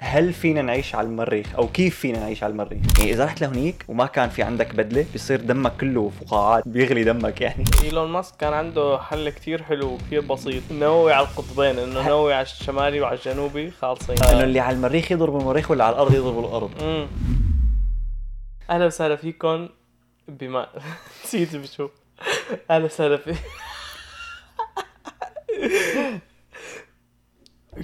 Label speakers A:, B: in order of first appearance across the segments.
A: هل فينا نعيش على المريخ او كيف فينا نعيش على المريخ يعني اذا رحت لهنيك وما كان في عندك بدله بيصير دمك كله فقاعات بيغلي دمك يعني
B: ايلون ماسك كان عنده حل كتير حلو وكتير بسيط نووي على القطبين انه نووي على الشمالي وعلى الجنوبي خالصين
A: انه اللي على المريخ يضرب المريخ واللي على الارض يضرب الارض
B: مم. اهلا وسهلا فيكم بما نسيت بشو اهلا وسهلا في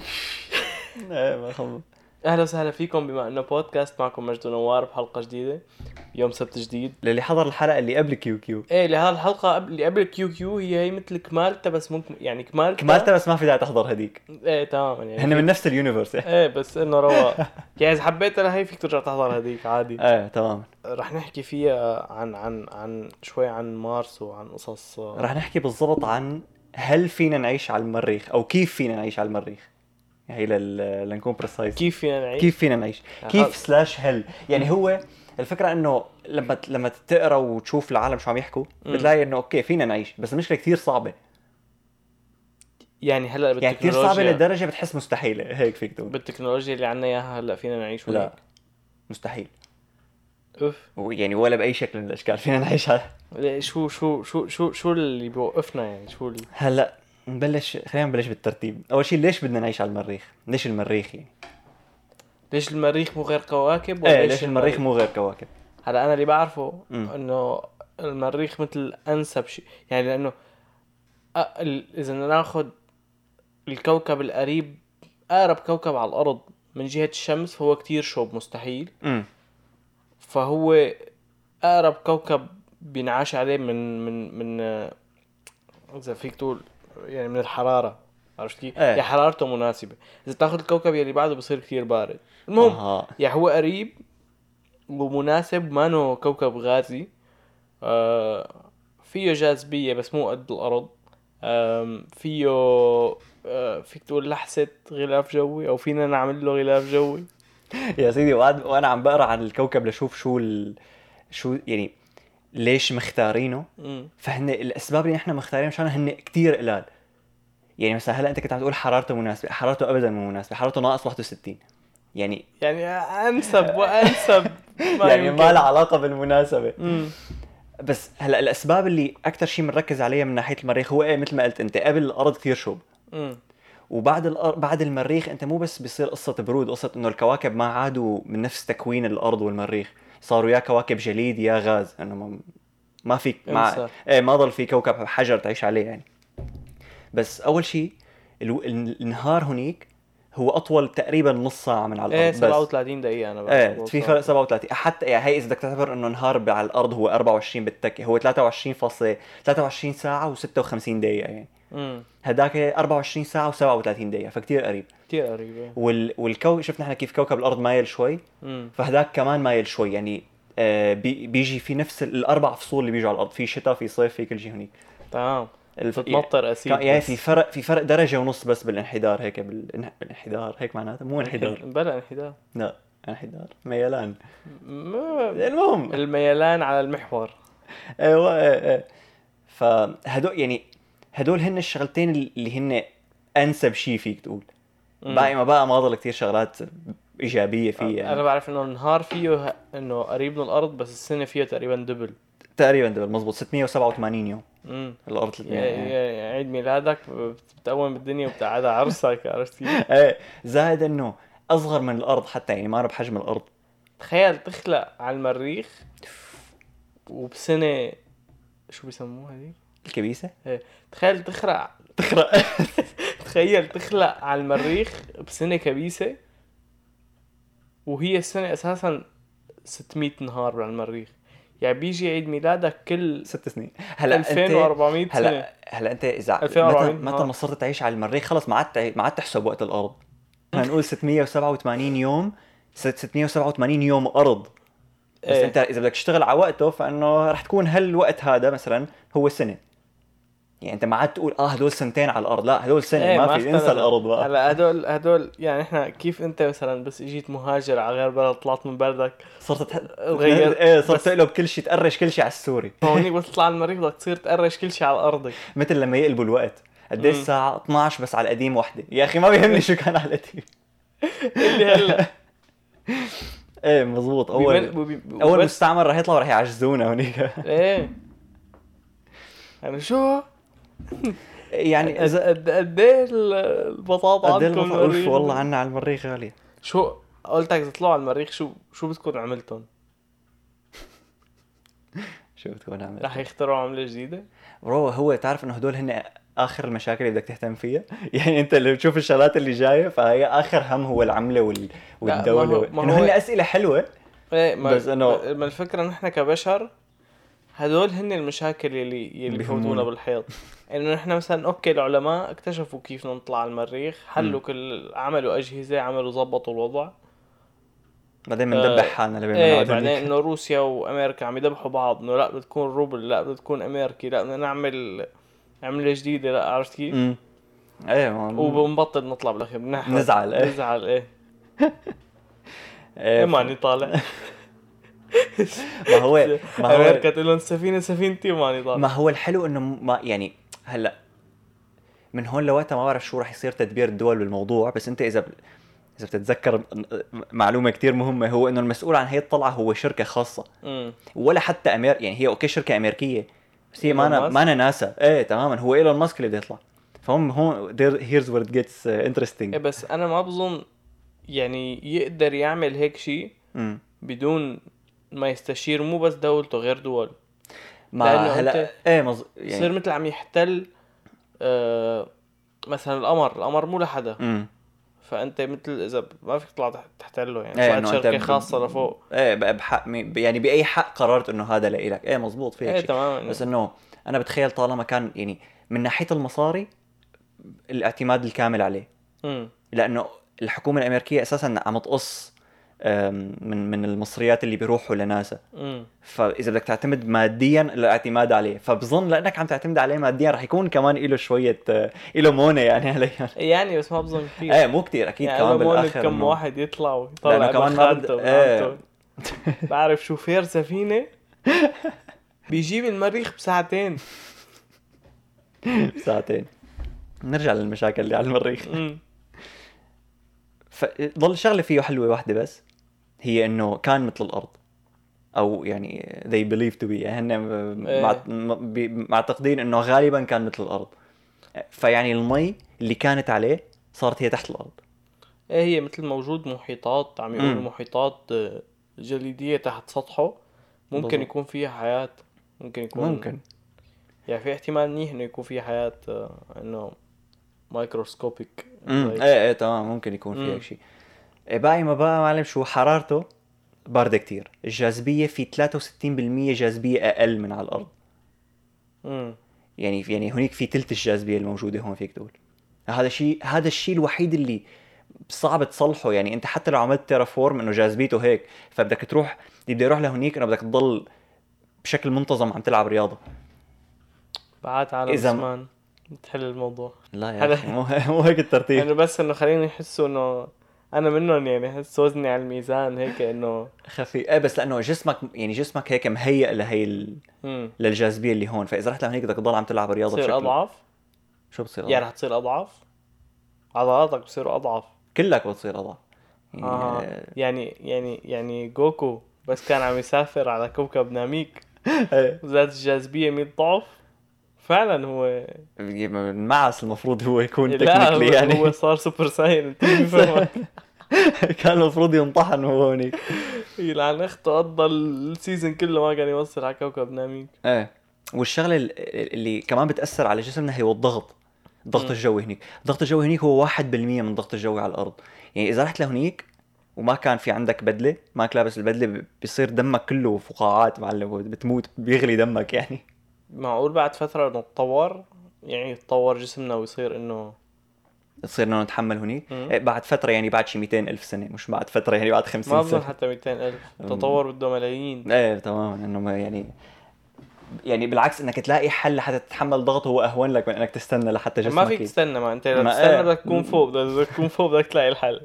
A: ايه ما خلص
B: اهلا وسهلا فيكم بما انه بودكاست معكم مجد ونوار بحلقه جديده يوم سبت جديد
A: للي حضر الحلقه اللي قبل كيو كيو
B: ايه لهذه الحلقه قبل اللي قبل كيو كيو هي هي مثل كمالتا بس ممكن يعني كمالتا
A: كمالتها بس ما في داعي تحضر هديك
B: ايه تماما يعني
A: هن من نفس اليونيفرس إيه.
B: ايه بس انه رواق يعني اذا حبيت انا هي فيك ترجع تحضر هذيك عادي
A: ايه تماما
B: رح نحكي فيها عن عن عن شوي عن مارس وعن قصص
A: رح نحكي بالضبط عن هل فينا نعيش على المريخ او كيف فينا نعيش على المريخ هي لل... لنكون بريسايز
B: كيف فينا نعيش
A: كيف فينا نعيش كيف سلاش هل يعني هو الفكره انه لما ت- لما تقرا وتشوف العالم شو عم يحكوا
B: مم.
A: بتلاقي انه اوكي فينا نعيش بس المشكله كثير صعبه
B: يعني هلا
A: يعني كثير صعبه
B: بالتكنولوجيا
A: لدرجه بتحس مستحيله هيك فيك تقول
B: بالتكنولوجيا اللي عنا اياها هلا فينا نعيش ولا
A: لا مستحيل
B: اوف
A: يعني ولا باي شكل من الاشكال فينا نعيش على
B: ليه، شو شو شو شو شو اللي بيوقفنا يعني شو اللي
A: هلا نبلش خلينا نبلش بالترتيب اول شيء ليش بدنا نعيش على المريخ ليش المريخ يعني
B: ليش المريخ مو غير كواكب
A: ايه ليش المريخ مو غير كواكب
B: هلا انا اللي بعرفه
A: مم.
B: انه المريخ مثل انسب شيء يعني لانه أ- ال- اذا بدنا ناخذ الكوكب القريب اقرب كوكب على الارض من جهه الشمس فهو كتير شوب مستحيل
A: امم
B: فهو اقرب كوكب بينعاش عليه من من من آه، اذا فيك تقول يعني من الحراره عرفت كيف؟
A: إيه.
B: يعني حرارته مناسبه، اذا تاخذ الكوكب يلي بعده بصير كتير بارد. المهم
A: آه.
B: يعني هو قريب ومناسب مانو كوكب غازي آه فيه جاذبية بس مو قد الأرض آم، فيه آه فيك تقول لحسة غلاف جوي أو فينا نعمل له غلاف جوي
A: يا سيدي وقعد وانا عم بقرا عن الكوكب لشوف شو ال... شو يعني ليش مختارينه
B: مم.
A: فهن الاسباب اللي نحن مختارين مشانها هن كثير قلال يعني مثلا هلا انت كنت عم تقول حرارته مناسبه حرارته ابدا مو مناسبه حرارته ناقص 61 يعني
B: يعني أنسب وأنسب ما
A: يعني
B: يمكن.
A: ما لها علاقه بالمناسبه
B: مم.
A: بس هلا الاسباب اللي اكثر شيء بنركز عليها من ناحيه المريخ هو إيه مثل ما قلت انت قبل الارض كثير شوب
B: مم.
A: وبعد الأر... بعد المريخ انت مو بس بيصير قصه برود قصه انه الكواكب ما عادوا من نفس تكوين الارض والمريخ صاروا يا كواكب جليد يا غاز انه ما, ما فيك ما...
B: انسى.
A: ايه ما ضل في كوكب حجر تعيش عليه يعني بس اول شيء الو... النهار هنيك هو اطول تقريبا نص ساعه من على
B: إيه
A: الارض بس
B: 37 دقيقة أنا
A: ايه في فرق 37 حتى يعني هي اذا بدك تعتبر انه نهار ب- على الارض هو 24 بالتكه هو 23 فاصلة 23 ساعه و56 دقيقه يعني هداك 24 ساعه و37 دقيقه فكتير قريب
B: كثير قريبة
A: وال... والكو شفنا احنا كيف كوكب الارض مايل شوي
B: مم.
A: فهداك كمان مايل شوي يعني آه بي... بيجي في نفس ال- الاربع فصول اللي بيجوا على الارض في شتاء في صيف في كل شيء هنيك
B: تمام
A: الف...
B: بتمطر
A: كا-
B: أسيد
A: يعني
B: بس.
A: في فرق في فرق درجه ونص بس بالانحدار هيك بال- بالانحدار هيك معناته مو انحدار
B: بلا انحدار
A: لا انحدار ميلان
B: ما-
A: المهم
B: الميلان على المحور
A: ايوه ايه ايه فهدول يعني هدول هن الشغلتين اللي هن انسب شيء فيك تقول
B: مم.
A: باقي ما بقى ما ضل كثير شغلات ايجابيه فيه
B: انا
A: يعني
B: بعرف انه النهار فيه ه- انه قريب من الارض بس السنه فيه تقريبا دبل
A: تقريبا ده مزبوط 687 يوم
B: امم
A: الارض 300 يعني.
B: عيد ميلادك بت- بتقوم بالدنيا وبتقعدها عرسك عرفت كيف؟
A: ايه زائد انه اصغر من الارض حتى يعني ما أنا بحجم الارض
B: تخيل تخلق على المريخ وبسنه شو بيسموها هذيك؟
A: الكبيسه
B: تخيل تخلق
A: تخرق
B: تخيل تخلق على المريخ بسنه كبيسه وهي السنه اساسا 600 نهار على المريخ يعني بيجي عيد ميلادك كل
A: ست سنين هلا انت
B: 2400 سنه
A: هلا هلا انت اذا
B: 2400
A: متى متى ما صرت تعيش على المريخ خلص ما عاد تعي- ما عاد تحسب وقت الارض هنقول 687 يوم ست- 687 يوم ارض بس
B: إيه.
A: انت اذا بدك تشتغل على وقته فانه رح تكون هالوقت هذا مثلا هو سنه يعني انت ما عاد تقول اه هدول سنتين على الارض لا هدول سنه
B: إيه،
A: ما في
B: اختلف.
A: انسى الارض بقى
B: هلا هدول هدول يعني احنا كيف انت مثلا بس اجيت مهاجر على غير بلد طلعت من بلدك
A: صرت تح...
B: تغير.
A: ايه صرت تقلب كل شيء تقرش كل شيء على السوري
B: هونيك بس تطلع على المريخ بدك تصير تقرش كل شيء على ارضك
A: مثل لما يقلبوا الوقت قد ايه
B: مم.
A: الساعه 12 بس على القديم وحده يا اخي ما بيهمني شو كان على القديم
B: اللي هلا
A: ايه مظبوط اول
B: بمن- بب-
A: اول
B: بس-
A: مستعمر راح يطلع وراح يعجزونا هنيك
B: ايه يعني شو
A: يعني
B: يعني
A: اذا
B: قد قد ايه ال- البطاطا
A: قد ايه
B: عندكم
A: المفروض-
B: المريخ؟
A: اوف والله عنا على المريخ غالية
B: شو قلت لك تطلعوا على المريخ شو شو بتكون عملتهم؟
A: شو بتكون عامل
B: رح يخترعوا عمله جديده؟
A: برو هو تعرف انه هدول هن اخر المشاكل اللي بدك تهتم فيها يعني انت اللي بتشوف الشغلات اللي جايه فهي اخر هم هو العمله وال... يعني
B: ما
A: والدوله
B: هو-
A: وال-
B: ما
A: انه
B: هو-
A: هن اسئله حلوه
B: ايه ما
A: بس إنه-
B: ما الفكره نحن كبشر هدول هن المشاكل يلي يلي
A: بيهمونا.
B: بفوتونا بالحيط انه نحن مثلا اوكي العلماء اكتشفوا كيف نطلع على المريخ حلوا كل عملوا اجهزه عملوا ظبطوا الوضع
A: بعدين بندبح
B: آه،
A: حالنا لبين ما
B: ايه
A: نقعد
B: بعدين
A: هنيك.
B: انه روسيا وامريكا عم يذبحوا بعض انه لا بدها تكون روبل لا بدها تكون امريكي لا بدنا نعمل عمله جديده لا عرفت كيف؟
A: أمم. ايه ما
B: وبنبطل نطلع بالاخير بنحرق
A: نزعل، إيه.
B: نزعل ايه
A: إيه،
B: ايه ماني طالع
A: ما هو ما هو
B: امريكا تقول لهم سفينه سفينتي وماني طالع
A: ما هو الحلو انه ما يعني هلا من هون لوقتها ما بعرف شو راح يصير تدبير الدول بالموضوع بس انت اذا ب... اذا بتتذكر معلومه كتير مهمه هو انه المسؤول عن هي الطلعه هو شركه خاصه
B: مم.
A: ولا حتى أمير يعني هي اوكي شركه امريكيه بس هي ما
B: إيلون
A: أنا
B: ماسك؟
A: ما أنا ناسا ايه تماما هو ايلون ماسك اللي بده يطلع فهم هون هيرز وير جيتس
B: إيه
A: انترستنج
B: بس انا ما بظن يعني يقدر يعمل هيك شيء بدون ما يستشير مو بس دولته غير دول
A: ما
B: لأنه
A: هلا
B: أنت
A: ايه مز...
B: يصير
A: يعني
B: مثل عم يحتل آه مثلا القمر القمر مو لحدا
A: امم
B: فانت مثل اذا ب- ما فيك تطلع تحت- تحتله يعني
A: إيه،
B: طلعت
A: إنه أنت
B: شركه
A: ب-
B: خاصه لفوق
A: ايه بقى بحق مي- يعني باي حق قررت انه هذا لإلك ايه مزبوط في هيك
B: ايه
A: شي.
B: تماما
A: بس انه انا بتخيل طالما كان يعني من ناحيه المصاري الاعتماد الكامل عليه
B: مم.
A: لانه الحكومه الامريكيه اساسا عم تقص أم، من من المصريات اللي بيروحوا لناسا
B: مم.
A: فاذا بدك تعتمد ماديا الاعتماد عليه فبظن لانك عم تعتمد عليه ماديا رح يكون كمان له شويه آه، له مونه يعني عليا
B: يعني بس ما بظن يعني كثير
A: ايه مو كتير اكيد كمان بالاخر
B: كم
A: إنه-
B: واحد يطلع
A: لأنه كمان
B: ويطلع كمان
A: ما بد-
B: خالته
A: إيه.
B: وعمته. بعرف شوفير سفينه بيجيب المريخ بساعتين
A: ساعتين نرجع للمشاكل اللي على المريخ
B: مم.
A: فضل شغله فيه حلوه واحده بس هي انه كان مثل الارض او يعني they believe to be يعني هن
B: إيه.
A: مع- م- بي- معتقدين انه غالبا كان مثل الارض فيعني المي اللي كانت عليه صارت هي تحت الارض
B: ايه هي مثل موجود محيطات عم يقولوا
A: مم.
B: محيطات آه، جليديه تحت سطحه ممكن
A: بالضبط.
B: يكون فيها حياه ممكن يكون
A: ممكن
B: يعني في احتمال منيح انه يكون فيها حياه آه، انه مايكروسكوبيك
A: امم
B: like-
A: ايه ايه تمام ممكن يكون في
B: مم.
A: هيك شيء إيه، باقي ما بقى معلم شو حرارته باردة كتير الجاذبية في 63% جاذبية أقل من على الأرض
B: مم.
A: يعني يعني هناك في تلت الجاذبية الموجودة هون فيك تقول هذا الشيء هذا الشيء الوحيد اللي صعب تصلحه يعني انت حتى لو عملت تيرافورم انه جاذبيته هيك فبدك تروح اللي بده يروح لهنيك انه بدك تضل بشكل منتظم عم تلعب رياضة
B: بعد عالم
A: إذا-
B: اسمان بتحل الموضوع
A: لا يا
B: هذا-
A: أخي، مو مو هيك الترتيب
B: يعني بس انه خليني يحسوا انه انا منهم يعني احس وزني على الميزان هيك انه
A: خفي ايه بس لانه جسمك يعني جسمك هيك مهيئ لهي ال...
B: امم
A: للجاذبيه اللي هون فاذا رحت لهنيك بدك تضل عم تلعب رياضه
B: بتصير
A: بشكل
B: اضعف
A: شو بتصير
B: يعني
A: يعني
B: رح تصير اضعف عضلاتك بصيروا اضعف
A: كلك بتصير اضعف يعني
B: آه. يعني يعني يعني جوكو بس كان عم يسافر على كوكب ناميك
A: إيه.
B: زادت الجاذبيه 100 ضعف فعلا هو
A: يعني المعس المفروض هو يكون
B: لا هو,
A: تكنيكلي
B: يعني. هو
A: يعني
B: صار سوبر ساين انت مين فاهمك؟
A: كان المفروض ينطحن هو هونيك
B: يلعن اخته قضى السيزون يعني كله ما كان يوصل على كوكب ناميك
A: ايه والشغله ال- اللي كمان بتاثر على جسمنا هي هو الضغط الضغط
B: مم.
A: الجوي هنيك الضغط الجوي هنيك هو 1% من الضغط الجوي على الارض يعني اذا رحت لهنيك وما كان في عندك بدله ماك لابس البدله ب- بيصير دمك كله فقاعات معلم بتموت بيغلي دمك يعني
B: معقول بعد فتره نتطور يعني يتطور جسمنا ويصير انه
A: تصير انه نتحمل هنيك
B: مم.
A: إيه، بعد فتره يعني بعد شي 200 الف سنه مش بعد فتره يعني بعد 50
B: ما
A: سنه
B: بظن حتى 200 ألف تطور بده ملايين
A: ايه تماما انه ما يعني يعني بالعكس انك تلاقي حل لحتى تتحمل ضغط هو اهون لك من انك تستنى لحتى جسمك
B: ما فيك
A: ي-
B: تستنى ما انت لو
A: ما-
B: تستنى
A: إيه.
B: بدك تكون فوق بدك تكون فوق بدك تلاقي الحل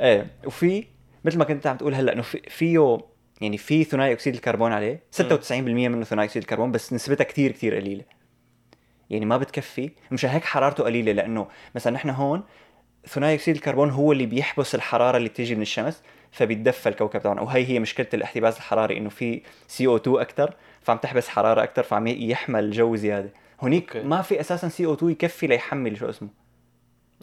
A: ايه وفي مثل ما كنت عم تقول هلا انه في فيه يعني في ثنائي اكسيد الكربون عليه 96% منه ثنائي اكسيد الكربون بس نسبتها كتير كتير قليله يعني ما بتكفي مشان هيك حرارته قليله لانه مثلا نحن هون ثنائي اكسيد الكربون هو اللي بيحبس الحراره اللي بتيجي من الشمس فبيتدفى الكوكب تبعنا وهي هي مشكله الاحتباس الحراري انه في سي او 2 اكثر فعم تحبس حراره اكثر فعم يحمل الجو زياده هنيك
B: أوكي.
A: ما في اساسا سي او 2 يكفي ليحمل شو اسمه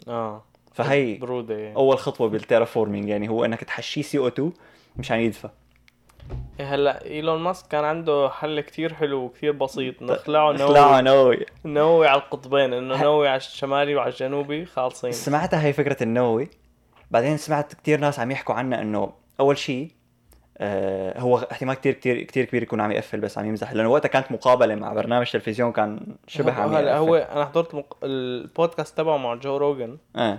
B: اه
A: فهي
B: بروده يعني
A: اول خطوه بالتيرافورمينج يعني هو انك تحشيه سي او 2 مشان يدفى
B: إيه هلا ايلون ماسك كان عنده حل كتير حلو وكتير بسيط نخلعه
A: اخلعه
B: آه، نووي
A: نووي
B: نووي على القطبين انه
A: ه-
B: نووي على الشمالي وعلى الجنوبي خالصين
A: سمعتها هي فكره النووي بعدين سمعت كتير ناس عم يحكوا عنها انه اول شيء آه هو احتمال كتير كتير كتير كبير يكون عم يقفل بس عم يمزح لانه وقتها كانت مقابله مع برنامج تلفزيون كان شبه
B: هو-
A: عم
B: هلا هو
A: يقفل
B: انا حضرت مق... البودكاست تبعه مع جو روجن
A: آه.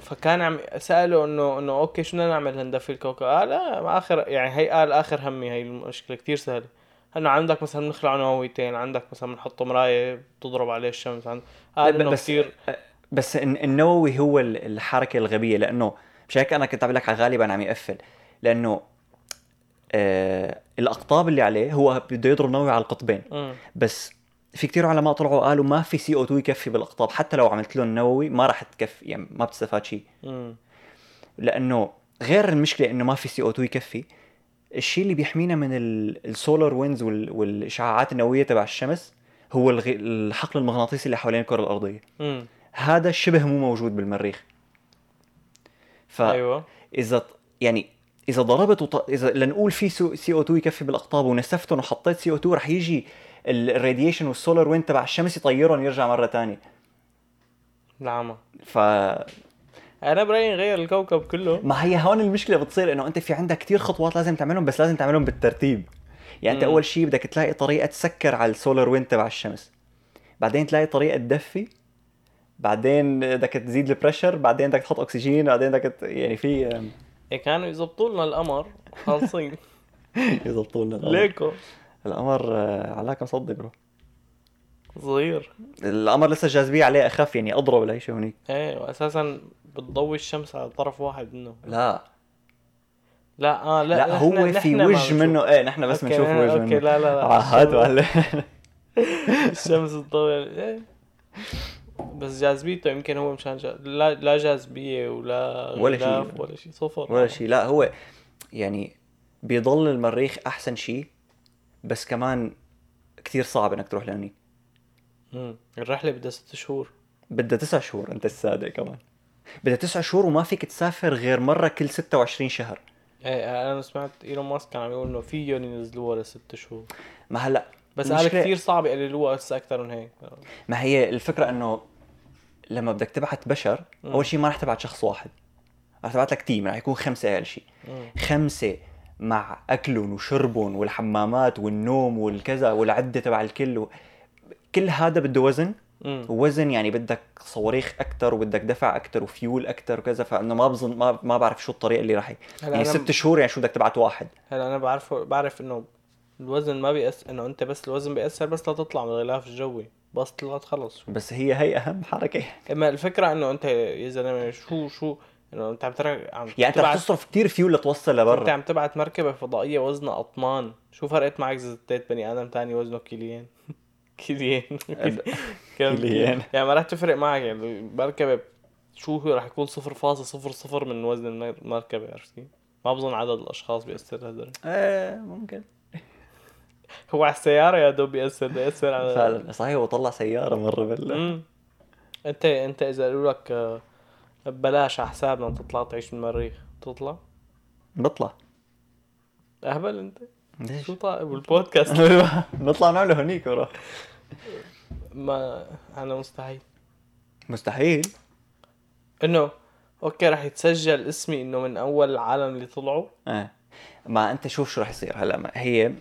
B: فكان عم ساله انه انه اوكي شو بدنا نعمل هندفي الكوكب؟ قال آه ما اخر يعني هي قال اخر همي هي المشكله كتير سهله انه عندك مثلا بنخلع نوويتين عندك مثلا بنحط مرايه بتضرب عليه الشمس عند... قال
A: ب-
B: انه
A: بس-
B: كثير
A: بس الن- النووي هو ال- الحركه الغبيه لانه مش هيك انا كنت عم لك غالبا عم يقفل لانه آه الاقطاب اللي عليه هو بده يضرب نووي على القطبين
B: مم.
A: بس في كتير علماء طلعوا قالوا ما في سي او 2 يكفي بالاقطاب حتى لو عملت له النووي ما راح تكفي يعني ما بتستفاد شيء
B: مم.
A: لانه غير المشكله انه ما في سي او 2 يكفي الشيء اللي بيحمينا من السولار ويندز والاشعاعات النوويه تبع الشمس هو الغ- الحقل المغناطيسي اللي حوالين الكره الارضيه
B: مم.
A: هذا شبه مو موجود بالمريخ فاذا
B: ايوه
A: ط- يعني اذا ضربت وط... اذا لنقول في سي او 2 يكفي بالاقطاب ونسفتهم وحطيت سي او 2 رح يجي الراديشن والسولار ويند تبع الشمس يطيرهم يرجع مره ثانيه
B: العمى
A: ف
B: انا برايي نغير الكوكب كله
A: ما هي هون المشكله بتصير انه انت في عندك كتير خطوات لازم تعملهم بس لازم تعملهم بالترتيب يعني انت
B: مم.
A: اول شيء بدك تلاقي طريقه تسكر على السولار ويند تبع الشمس بعدين تلاقي طريقه تدفي بعدين بدك تزيد البريشر بعدين بدك تحط اكسجين بعدين بدك ت- يعني في
B: إيه كانوا يزبطوا لنا القمر خالصين
A: يضبطوا لنا القمر.
B: ليكو
A: القمر آه، علاك مصدق برو
B: صغير
A: القمر لسه الجاذبيه عليه اخف يعني اضرب لاي شيء هنيك
B: ايه واساسا بتضوي الشمس على طرف واحد منه
A: لا
B: لا اه لا,
A: لا,
B: نحن-
A: هو في
B: نحن ما
A: وجه
B: بنشوف.
A: منه ايه نحن بس
B: أوكي،
A: بنشوف
B: أنا-
A: وجه
B: اوكي
A: منه آه،
B: لا لا لا
A: عهات وهلا
B: الشمس الضوئية إيه. بس جاذبيته يمكن هو مشان جا... لا لا جاذبيه ولا
A: ولا شيء.
B: غلاف ولا شيء صفر
A: ولا شيء لا هو يعني بيضل المريخ احسن شيء بس كمان كثير صعب انك تروح لهنيك
B: مم. الرحله بدها ست شهور
A: بدها تسع شهور انت السادة كمان بدها تسع شهور وما فيك تسافر غير مرة كل 26 شهر
B: ايه انا سمعت ايلون ماسك كان عم يقول انه فيهم ينزلوها لست شهور
A: ما هلا
B: بس قال
A: المشكلة-
B: كثير صعب يقللوها هسه اكثر من هيك
A: ما هي الفكرة انه لما بدك تبعت بشر
B: مم.
A: اول شيء ما رح تبعت شخص واحد رح تبعت لك تيم رح يكون خمسة اقل شيء
B: مم.
A: خمسة مع أكلهم وشربهم والحمامات والنوم والكذا والعدة تبع الكل و... كل هذا بده وزن
B: مم.
A: وزن يعني بدك صواريخ أكتر وبدك دفع أكتر وفيول أكتر وكذا فأنه ما بظن ما, ما بعرف شو الطريقة اللي راح ي-
B: هلا
A: يعني
B: أنا-
A: ست شهور يعني شو بدك تبعت واحد
B: هلا انا بعرفه بعرف انه الوزن ما بيأثر انه انت بس الوزن بيأثر بس لتطلع من الغلاف الجوي بس طلعت خلص
A: بس هي هي أهم حركة
B: اما الفكره انه انت يا زلمه شو شو انه انت عم ترك عم
A: يعني أنت رح تصرف كتير فيول لتوصل
B: انت
A: لبرا
B: عم تبعت مركبه فضائيه وزنها اطنان شو فرقت معك اذا زتيت بني ادم تاني وزنه كيلين كيلين كم
A: كيلين.
B: يعني ما راح تفرق معك يعني المركبه شو هو راح يكون 0.00 من وزن المر- المركبه عرفتي ما بظن عدد الاشخاص بيأثر هذا
A: ايه ممكن
B: هو على السياره يا دوب بيأثر بده يأثر على
A: فعلا صحيح هو طلع سيارة مرة بال
B: مم. انت انت اذا قالوا لك آه، ببلاش على حسابنا تطلع تعيش بالمريخ تطلع
A: بطلع
B: اهبل انت
A: ليش؟
B: شو طالب والبودكاست
A: نطلع نعمله هنيك ورا
B: ما انا مستحيل
A: مستحيل
B: انه اوكي رح يتسجل اسمي انه من اول العالم اللي طلعوا
A: ايه ما انت شوف شو رح يصير هلا ما- هي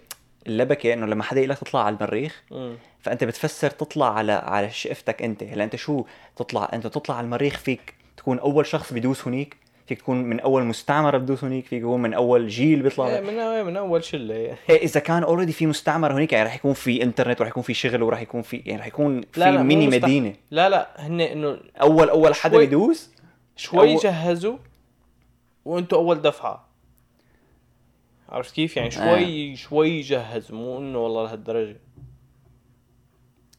A: اللبكه انه لما حدا يقول لك تطلع على المريخ
B: مم.
A: فانت بتفسر تطلع على على شقفتك انت هلا انت شو تطلع انت تطلع على المريخ فيك تكون اول شخص بدوس هنيك فيك تكون من اول مستعمره بدوس هنيك فيك تكون من اول جيل بيطلع
B: إيه،
A: إيه
B: من أول- من اول شله يعني.
A: اذا كان اوريدي في مستعمر هنيك يعني رح يكون في انترنت ورح يكون في شغل ورح يكون في يعني رح يكون في
B: لا، لا، مو
A: ميني
B: مستع-
A: مدينه
B: لا لا هن انه
A: اول اول حدا
B: شوي-
A: يدوس
B: شوي
A: أول-
B: جهزوا وانتوا اول دفعه عرفت كيف يعني شوي شوي جهزوا مو انه والله لهالدرجه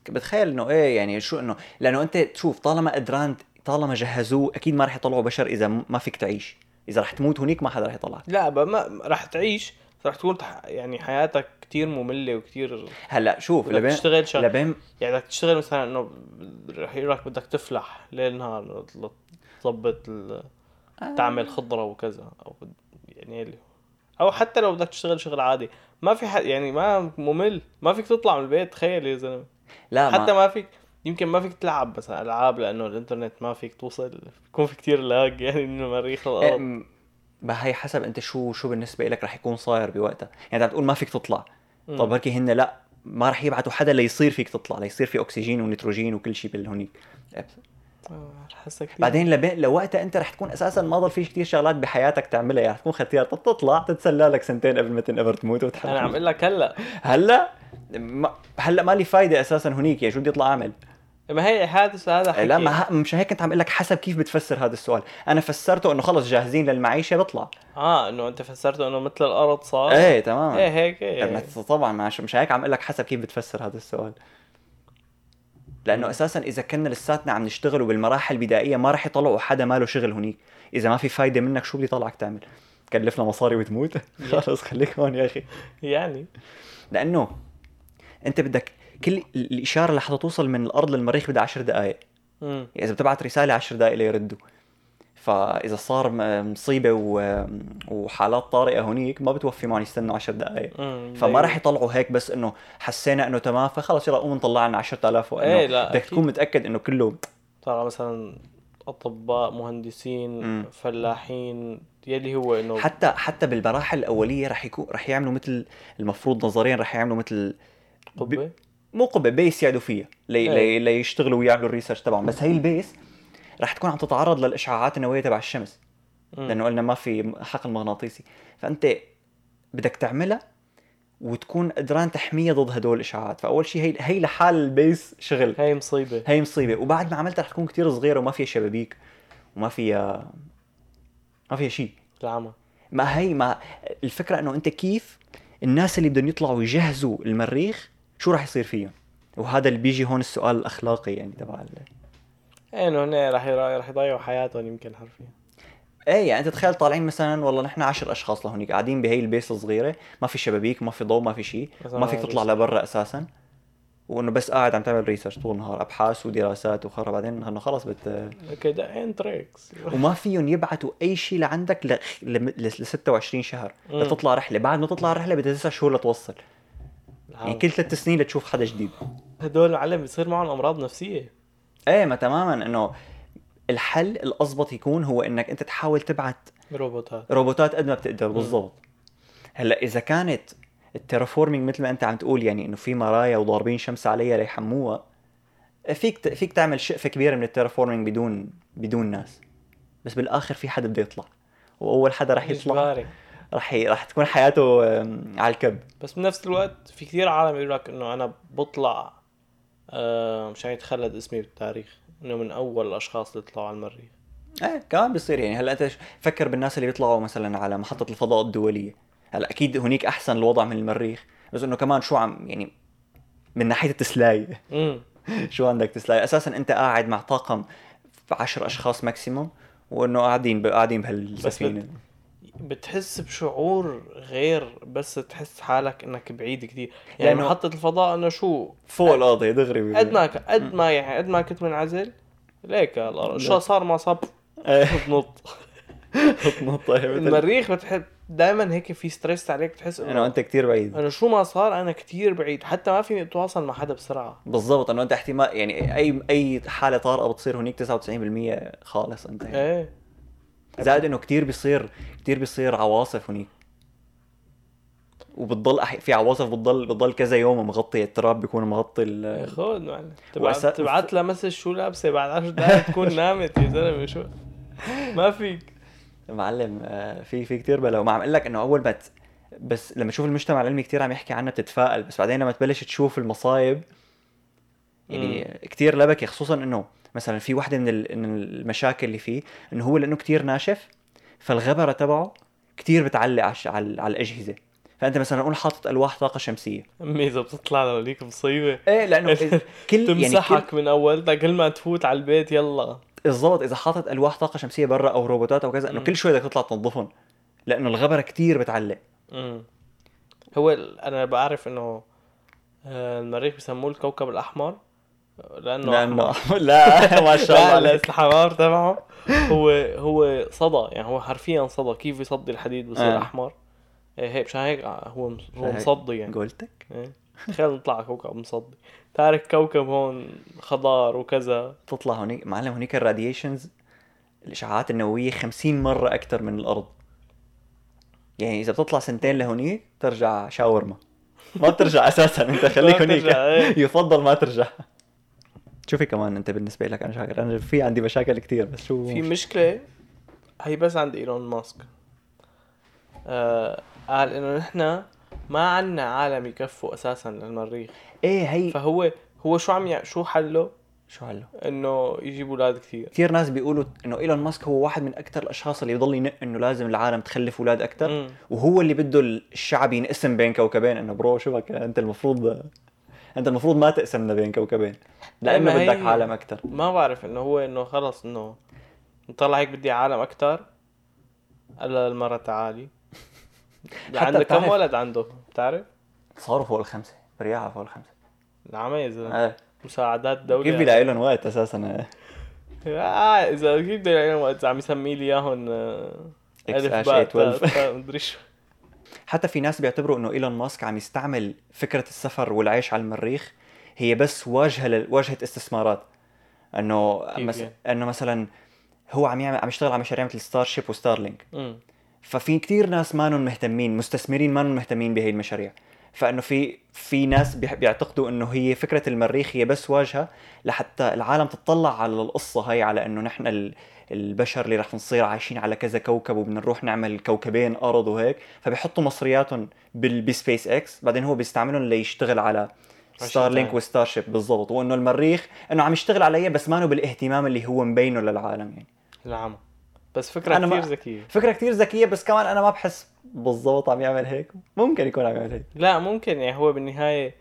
A: إيه بتخيل انه ايه يعني شو انه لانه انت تشوف طالما قدران طالما جهزوه اكيد ما راح يطلعوا بشر اذا م- ما فيك تعيش اذا راح تموت هنيك ما حدا راح يطلعك
B: لا ب- ما راح تعيش راح تكون تح... يعني حياتك كتير مملة وكتير
A: هلا شوف
B: بدك
A: لبين
B: تشتغل شغل
A: لبين
B: يعني بدك تشتغل مثلا انه رح يراك بدك تفلح ليل نهار لت- تظبط ال...
A: آه.
B: تعمل خضرة وكذا او بد- يعني اللي او حتى لو بدك تشتغل شغل عادي ما في حد يعني ما ممل ما فيك تطلع من البيت تخيل يا زلمة
A: لا
B: حتى
A: ما
B: ما فيك يمكن ما فيك تلعب مثلا العاب لانه الانترنت ما فيك توصل بكون في كتير لاج يعني من مريخ الارض
A: أم، ما هي إيه، حسب انت شو شو بالنسبه لك راح يكون صاير بوقتها يعني انت عم تقول ما فيك تطلع
B: مم.
A: طب بركي هن لا ما راح يبعتوا حدا ليصير فيك تطلع ليصير في اكسجين ونيتروجين وكل شيء بالهونيك
B: آه، حاسة كتير
A: بعدين لبين لوقتها انت رح تكون اساسا ما ضل في كثير شغلات بحياتك تعملها يعني رح تكون ختيار طب تطلع تتسلى لك سنتين قبل ما تنقبر تموت وتحرق
B: انا عم اقول لك هلا
A: هلا ما هلا ما لي فايده اساسا هنيك يا شو بدي اطلع اعمل
B: ما هي حادث هذا حكي
A: إيه، لا ما ه- مش هيك كنت عم اقول لك حسب كيف بتفسر هذا السؤال انا فسرته انه خلص جاهزين للمعيشه بطلع
B: اه انه انت فسرته انه مثل الارض صار
A: ايه تماما
B: ايه هيك
A: لما
B: ايه
A: تت- طبعا ما عش- مش هيك عم اقول لك حسب كيف بتفسر هذا السؤال لانه اساسا اذا كنا لساتنا عم نشتغل وبالمراحل البدائيه ما راح يطلعوا حدا ماله شغل هنيك اذا ما في فايده منك شو بدي طلعك تعمل كلفنا مصاري وتموت خلص خليك هون يا اخي
B: يعني
A: لانه انت بدك كل ال- الاشاره لحتى توصل من الارض للمريخ بدها 10 دقائق
B: مم.
A: يعني اذا بتبعت رساله 10 دقائق ليردوا فاذا صار م- مصيبه و... وحالات طارئه هنيك ما بتوفي معهم يستنوا 10 دقائق
B: مم.
A: فما راح
B: دايما.
A: يطلعوا هيك بس انه حسينا انه تمام فخلص يلا قوم نطلع لنا 10000
B: ايه
A: وانه
B: لا
A: بدك
B: أكيد.
A: تكون متاكد انه كله
B: ترى مثلا اطباء مهندسين
A: مم.
B: فلاحين يلي هو انه
A: حتى حتى بالمراحل الاوليه رح يكون رح يعملوا مثل المفروض نظريا رح يعملوا مثل
B: قبه
A: مو قبه بيس يعدوا فيها لي
B: إيه.
A: لي ليشتغلوا ويعملوا الريسيرش تبعهم بس هي البيس رح تكون عم تتعرض للاشعاعات النوويه تبع الشمس
B: مم.
A: لانه قلنا ما في حقل مغناطيسي فانت بدك تعملها وتكون قدران تحميها ضد هدول الاشعاعات فاول شيء هي هي لحال البيس شغل
B: هاي مصيبه
A: هي مصيبه وبعد ما عملتها رح تكون كتير صغيره وما فيها شبابيك وما فيها ما فيها شيء
B: العمى
A: ما هي ما الفكره انه انت كيف الناس اللي بدهم يطلعوا يجهزوا المريخ شو راح يصير فيهم وهذا اللي بيجي هون السؤال الاخلاقي يعني تبع ال-
B: ايه انه هن راح يرا- راح يضيعوا حياتهم يمكن حرفيا
A: ايه يعني انت تخيل طالعين مثلا والله نحن 10 اشخاص لهونيك قاعدين بهي البيس الصغيره ما في شبابيك ما في ضوء ما في شيء
B: مثلاً
A: ما فيك تطلع
B: ريسيرش.
A: لبرا اساسا وانه بس قاعد عم تعمل ريسيرش طول النهار ابحاث ودراسات وخرا بعدين انه خلص بت
B: اوكي ده عين تريكس
A: وما فيهم يبعتوا اي شيء لعندك ل, ل... ل... ل 26 شهر
B: مم.
A: لتطلع رحله بعد ما تطلع رحله بدها تسع شهور لتوصل يعني
B: آه.
A: كل ثلاث سنين لتشوف حدا جديد
B: هدول العالم بيصير معهم امراض نفسيه
A: ايه ما تماما انه الحل الاضبط يكون هو انك انت تحاول تبعت
B: روبوتات
A: روبوتات قد ما بتقدر بالضبط هلا اذا كانت الترافورمينج مثل ما انت عم تقول يعني انه في مرايا وضاربين شمس عليها ليحموها فيك ت... فيك تعمل شقفه كبيره من الترافورمينج بدون بدون ناس بس بالاخر في حدا بده يطلع واول حدا رح يطلع
B: إجباري.
A: رح ي... رح تكون حياته أم، على الكب
B: بس بنفس الوقت في كثير عالم يقول لك انه انا بطلع آه، مشان يتخلد اسمي بالتاريخ انه من اول الاشخاص اللي طلعوا على المريخ
A: ايه كمان بيصير يعني هلا انت ش- فكر بالناس اللي بيطلعوا مثلا على محطه الفضاء الدوليه هلا اكيد هنيك احسن الوضع من المريخ بس انه كمان شو عم يعني من ناحيه التسلاي
B: امم
A: شو عندك تسلاي اساسا انت قاعد مع طاقم 10 اشخاص ماكسيموم وانه قاعدين ب... قاعدين بهالسفينه
B: بتحس بشعور غير بس تحس حالك انك بعيد كثير يعني
A: لأنه-
B: محطة الفضاء انه شو
A: فوق الارض هي دغري
B: قد ما ك- قد ما يعني قد ما كنت منعزل ليك الأرض. شو صار ما صاب بنط
A: إيه. طيب
B: المريخ بتحس دائما هيك في ستريس عليك بتحس
A: انه
B: انه
A: انت كتير بعيد
B: انه شو ما صار انا كثير بعيد حتى ما فيني اتواصل مع حدا بسرعه
A: بالضبط انه انت احتمال يعني اي اي حاله طارئه بتصير هنيك 99% خالص انت يعني.
B: ايه
A: زائد انه كتير بيصير كتير بيصير عواصف هنيك وبتضل أح... في عواصف بتضل بتضل كذا يوم مغطي التراب بيكون مغطي ال...
B: خود معنا
A: وأسا-
B: تبعت تبعت لها مسج شو لابسه بعد 10 دقائق تكون نامت يا زلمه شو ما فيك
A: معلم آه، في في كتير بلا وما عم اقول لك انه اول ما ت... بس لما تشوف المجتمع العلمي كتير عم يحكي عنها بتتفائل بس بعدين لما تبلش تشوف المصايب يعني كتير لبكي خصوصا انه مثلا في وحده من ال- من المشاكل اللي فيه انه هو لانه كتير ناشف فالغبره تبعه كتير بتعلق على الش- على, على الاجهزه فانت مثلا قول حاطط الواح طاقه شمسيه
B: امي اذا بتطلع لهوليك مصيبه
A: ايه لانه إيه، كل يعني كل
B: تمسحك من اولتها كل ما تفوت على البيت يلا
A: الظبط اذا حاطط الواح طاقه شمسيه برا او روبوتات او كذا انه
B: مم.
A: كل شوي بدك تطلع تنظفهم لانه الغبره كتير بتعلق
B: مم. هو ال- انا بعرف انه آه، المريخ بيسموه الكوكب الاحمر لانه
A: لانه
B: نعم.
A: لا ما شاء الله
B: لا لا
A: عليك
B: الحمار تبعه هو هو صدى يعني هو حرفيا صدى كيف يصدي الحديد بصير
A: آه.
B: احمر إيه، هيك مشان هيك هو مص- هو
A: هيك.
B: مصدي يعني
A: قولتك
B: إيه. تخيل نطلع كوكب مصدي تعرف كوكب هون خضار وكذا
A: تطلع هونيك معلم هونيك الراديشنز الاشعاعات النوويه 50 مره اكثر من الارض يعني اذا بتطلع سنتين لهونيك بترجع شاورما ما بترجع اساسا انت خليك
B: ما
A: هونيك
B: بترجع، إيه.
A: يفضل ما ترجع شوفي كمان انت بالنسبه لك انا شاكر انا في عندي مشاكل كثير بس شو
B: في مشكله هي بس عند ايلون ماسك آه قال انه نحن ما عنا عالم يكفوا اساسا للمريخ
A: ايه هي
B: فهو هو شو عم يع... شو حله
A: شو هلا
B: انه يجيب اولاد كثير
A: كثير ناس بيقولوا انه ايلون ماسك هو واحد من اكثر الاشخاص اللي بضل ينق انه لازم العالم تخلف اولاد اكثر
B: مم.
A: وهو اللي بده الشعب ينقسم بين كوكبين انه برو شو بك انت المفروض انت المفروض ما تقسمنا بين كوكبين لانه
B: ما هي-
A: بدك عالم اكثر
B: ما بعرف انه هو انه خلص انه طلع هيك بدي عالم اكثر قال لها المره تعالي
A: حتى
B: عنده كم
A: بتعرف-
B: ولد عنده بتعرف؟
A: صاروا فوق الخمسه برياها فوق الخمسه
B: العمى يا زلمه
A: آه.
B: مساعدات دولة يعني.
A: كيف بيلاقي لهم وقت اساسا
B: آه اذا كيف بده يلاقي لهم وقت عم يسمي لي اياهم آه،
A: إكس
B: الف
A: آش
B: باء
A: إيه تويلف.
B: تاء- تاء، مدري شو
A: حتى في ناس بيعتبروا انه ايلون ماسك عم يستعمل فكره السفر والعيش على المريخ هي بس واجهه لل- واجهه استثمارات انه
B: كيف
A: مس...
B: يعني؟
A: انه مثلا هو عم يعمل عم يشتغل على مشاريع مثل ستار شيب وستارلينك
B: مم.
A: ففي كتير ناس مانن مهتمين مستثمرين مانن مهتمين بهي المشاريع فانه في في ناس بيح- بيعتقدوا انه هي فكره المريخ هي بس واجهه لحتى العالم تطلع على القصه هاي على انه نحن ال- البشر اللي رح نصير عايشين على كذا كوكب وبدنا نروح نعمل كوكبين ارض وهيك فبيحطوا مصرياتهم بال- بسبيس اكس بعدين هو بيستعملهم ليشتغل على
B: عشان
A: ستار لينك
B: تاني.
A: وستار شيب بالضبط وانه المريخ انه عم يشتغل عليه بس ما بالاهتمام اللي هو مبينه للعالم يعني
B: العمى بس فكره
A: أنا ما-
B: كثير ذكيه
A: فكره كتير ذكيه بس كمان انا ما بحس بالضبط عم يعمل هيك ممكن يكون عم يعمل هيك
B: لا ممكن يعني هو بالنهايه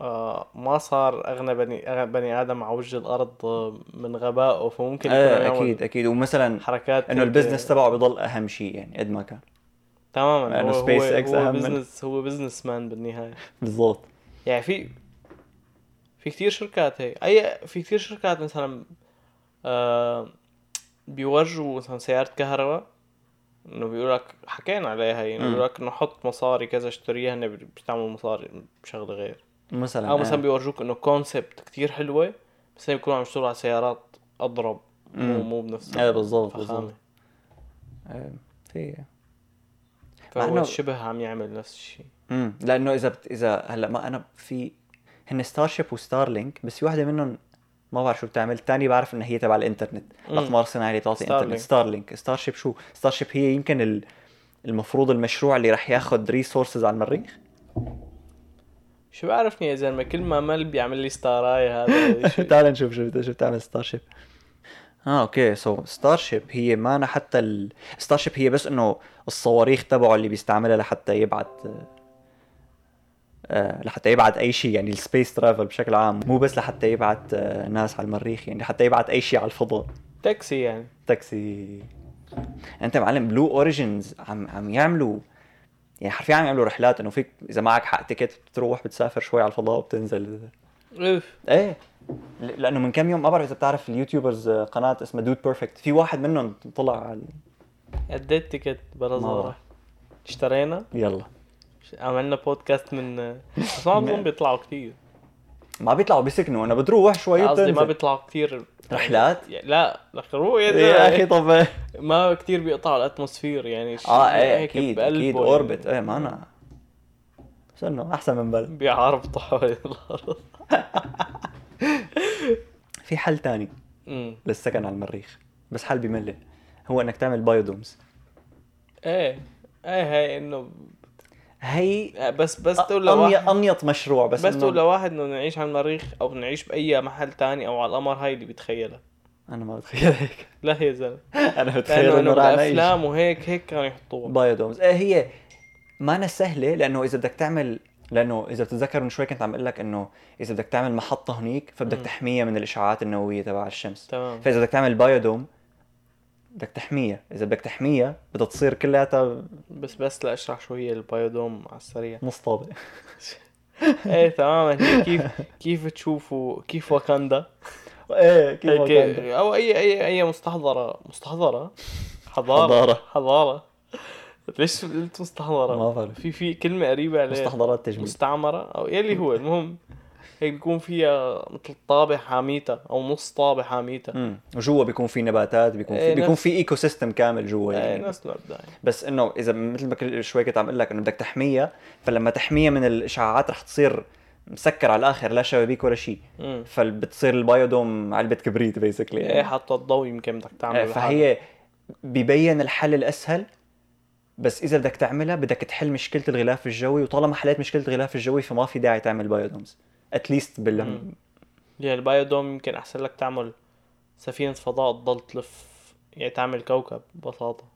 B: آه ما صار اغنى بني أغنى بني ادم على وجه الارض آه، من غبائه فممكن يكون عم
A: آه
B: يعمل
A: اكيد اكيد ومثلا
B: حركات
A: انه
B: هيك-
A: البزنس تبعه بضل اهم شيء يعني قد ما كان
B: تماما
A: لأنه
B: هو
A: سبيس
B: هو,
A: إكس
B: هو
A: أهم من-
B: بزنس هو بزنس مان بالنهايه
A: بالضبط
B: يعني في في كثير شركات هيك اي في كثير شركات مثلا آه بيورجوا مثلا سيارة كهرباء انه بيقول لك حكينا عليها يعني
A: مم.
B: بيقول لك انه حط مصاري كذا اشتريها هن بتعمل مصاري بشغله غير
A: مثلا
B: او مثلا بيورجوك انه كونسبت كثير حلوه بس هن بيكونوا عم يشتغلوا على سيارات اضرب مو
A: مم.
B: مو بنفس
A: آه، بالضبط،
B: الفخامه
A: بالضبط. آه في
B: إيه؟
A: مع
B: فهو
A: إنه-
B: شبه عم يعمل نفس الشيء
A: امم لانه اذا بت... اذا هلا ما انا في هن ستار شيب وستار لينك بس في وحده منهم ما بعرف شو بتعمل الثانيه بعرف انها هي تبع الانترنت
B: مم.
A: الاقمار الصناعيه اللي تعطي
B: ستار
A: انترنت
B: لينك.
A: ستار لينك ستار شيب شو ستار شيب هي يمكن ال... المفروض المشروع اللي رح ياخذ ريسورسز على المريخ
B: شو بعرفني يا زلمه كل ما مل بيعمل لي ستاراي هذا شو-
A: تعال نشوف شو شو بتعمل ستار شيب اه اوكي سو ستار شيب هي مانا حتى ال... ستار شيب هي بس انه الصواريخ تبعه اللي بيستعملها لحتى يبعت آه لحتى يبعت اي شيء يعني السبيس ترافل بشكل عام مو بس لحتى يبعت آه ناس على المريخ يعني حتى يبعت اي شيء على الفضاء
B: تاكسي يعني
A: تاكسي انت معلم بلو اوريجنز عم عم يعملوا يعني حرفيا عم يعملوا رحلات انه فيك اذا معك حق تيكت بتروح بتسافر شوي على الفضاء وبتنزل
B: اف
A: ايه ل- لانه من كم يوم ما بعرف اذا بتعرف اليوتيوبرز آه، قناه اسمها دود بيرفكت في واحد منهم طلع على
B: اديت تيكت بلا
A: ما
B: زهرة
A: بعرف.
B: اشترينا
A: يلا
B: ش- عملنا بودكاست من بس ما بظن بيطلعوا كثير
A: ما بيطلعوا بيسكنوا انا بتروح شوي
B: قصدي ما
A: وبتنزل.
B: بيطلعوا كثير
A: رحلات؟ إيه
B: يعني طيب لا لك روح يا
A: يا اخي
B: زلمة.
A: طب إيه.
B: ما كثير بيقطعوا الاتموسفير يعني شيء
A: اه ايه
B: هيك
A: اكيد
B: بقلبه
A: اكيد
B: يعني.
A: اوربت ايه ما انا بس انه احسن من بلا
B: بيعربطوا حول الارض
A: في حل تاني
B: أمم.
A: للسكن على المريخ بس حل بملل هو انك تعمل بايودومز
B: ايه ايه هي انه
A: هي
B: آه، بس بس تقول
A: انيط
B: لواحد
A: انيط مشروع بس
B: بس, بس
A: إنه-
B: تقول لواحد انه نعيش على المريخ او نعيش باي محل تاني او على القمر هاي اللي بيتخيلها
A: انا ما بتخيل هيك
B: لا يا زلمه
A: انا بتخيل
B: لانه انه
A: انه رح نعيش
B: بالافلام وهيك هيك كانوا يحطوها
A: بايودومز آه هي ما أنا سهله لانه اذا بدك تعمل لانه اذا بتتذكر من شوي كنت عم اقول لك انه اذا بدك تعمل محطه هنيك فبدك
B: مم.
A: تحميها من الاشعاعات النوويه تبع الشمس
B: تمام
A: فاذا بدك تعمل بايودوم بدك تحميها اذا بدك تحميها بدها تصير كلياتها
B: بس بس لاشرح شو هي البايودوم على السريع
A: نص طابق
B: ايه تماما هي كيف كيف تشوفوا كيف واكاندا
A: ايه كيف
B: هيك
A: هيك
B: او اي اي اي مستحضره مستحضره حضاره
A: حضاره
B: حضاره ليش قلت مستحضره؟
A: ما بعرف
B: في في كلمه قريبه عليه
A: مستحضرات تجميل
B: مستعمره او يلي هو المهم هيك بيكون فيها مثل طابع حاميته او نص طابع حاميته
A: امم وجوا بيكون في نباتات بيكون في
B: إيه،
A: بيكون
B: نفس-
A: في ايكو سيستم كامل جوا
B: ايه
A: يعني
B: نفس المبدا يعني.
A: بس انه اذا مثل ما كل شوي كنت عم اقول لك انه بدك تحميها فلما تحميها من الاشعاعات رح تصير مسكر على الاخر لا شبابيك ولا شيء
B: مم.
A: فبتصير البايودوم علبه كبريت بيسكلي
B: ايه حتى الضوء يمكن بدك تعمله لحالك.
A: إيه، فهي ببين الحل الاسهل بس اذا بدك تعملها بدك تحل مشكله الغلاف الجوي وطالما حليت مشكله الغلاف الجوي فما في داعي تعمل بايودومز اتليست بال
B: مم. يعني البايودوم يمكن احسن لك تعمل سفينه فضاء تضل تلف يعني تعمل كوكب ببساطه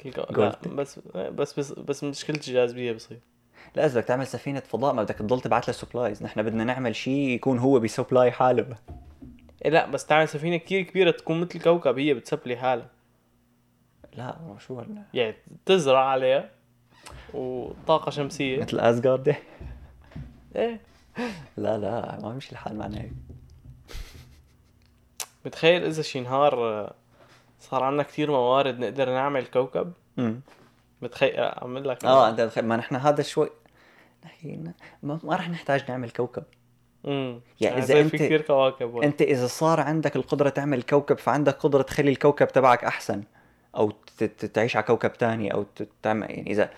B: مثل كو- لا
A: قلت.
B: بس بس بس, بس مشكله الجاذبيه بصير
A: لا اذا بدك تعمل سفينه فضاء ما بدك تضل تبعث لها سبلايز نحن بدنا نعمل شيء يكون هو بسبلاي حاله
B: إيه لا بس تعمل سفينه كتير كبيره تكون مثل كوكب هي بتسبلي حالها
A: لا شو هلا
B: يعني تزرع عليها وطاقه شمسيه
A: مثل اسجارد
B: ايه
A: لا لا ما بيمشي الحال معنا هيك
B: متخيل اذا شي نهار آه، صار عنا كتير موارد نقدر نعمل كوكب
A: أمم.
B: متخيل اعمل لك
A: اه انت تخيل- ما نحن هذا شوي نحكي ما, ما رح نحتاج نعمل كوكب
B: امم
A: يعني إذا
B: إذا في
A: أنت-
B: كتير كواكب ولا.
A: انت اذا صار عندك القدره تعمل كوكب فعندك قدره تخلي الكوكب تبعك احسن او ت- ت- تعيش على كوكب تاني او ت- تعمل يعني اذا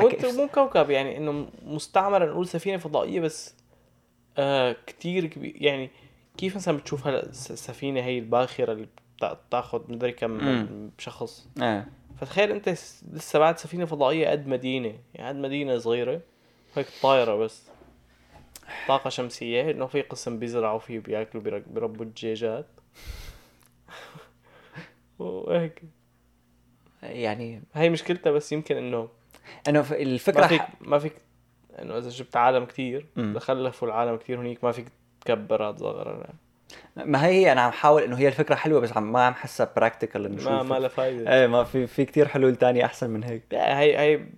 B: وانت
A: حكي
B: مو كوكب يعني انه مستعمره نقول سفينه فضائيه بس آه كتير كبير يعني كيف مثلا بتشوف هلا الس- السفينه هي الباخره اللي بتاخذ مدري كم
A: مم.
B: شخص
A: آه.
B: فتخيل انت س- لسه بعد سفينه فضائيه قد مدينه يعني قد مدينه صغيره هيك طايره بس طاقة شمسية انه في قسم بيزرعوا فيه بياكلوا بيرك- بيربوا الدجاجات وهيك
A: يعني
B: هاي مشكلتها بس يمكن انه
A: انه ف- الفكره
B: ما فيك
A: ح-
B: ما فيك انه اذا جبت عالم كتير
A: مم.
B: تخلفوا العالم كتير هنيك ما فيك تكبرها تصغرها
A: ما هي هي انا عم حاول انه هي الفكره حلوه بس عم ما عم حسها براكتيكال انه شو
B: ما ما
A: الفكرة.
B: لها فايده
A: ايه ما في في كثير حلول تانية احسن من هيك
B: لا هي هي ب-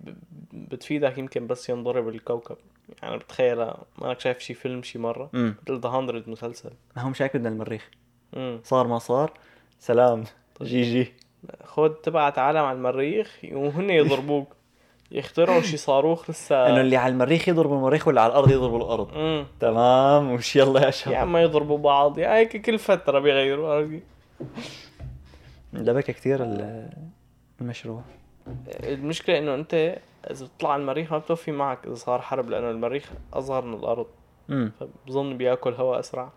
B: بتفيدك يمكن بس ينضرب الكوكب يعني بتخيلها ما انك شايف شي فيلم شي مره
A: امم
B: مثل ذا 100 مسلسل
A: ما هو مش هيك بدنا المريخ
B: امم
A: صار ما صار سلام
B: طيب.
A: جي جي
B: خد تبعت عالم على المريخ وهن يضربوك يخترعوا شي صاروخ لسه
A: انه اللي على المريخ يضربوا المريخ واللي على الارض يضربوا الارض
B: امم
A: تمام ومش يلا يا شباب
B: يا اما يضربوا بعض يا هيك كل فتره بيغيروا عرفت؟
A: لبكه كثير ال- المشروع
B: المشكلة انه انت اذا بتطلع على المريخ ما بتوفي معك اذا صار حرب لانه المريخ اصغر من الارض
A: امم
B: فبظن بياكل هواء اسرع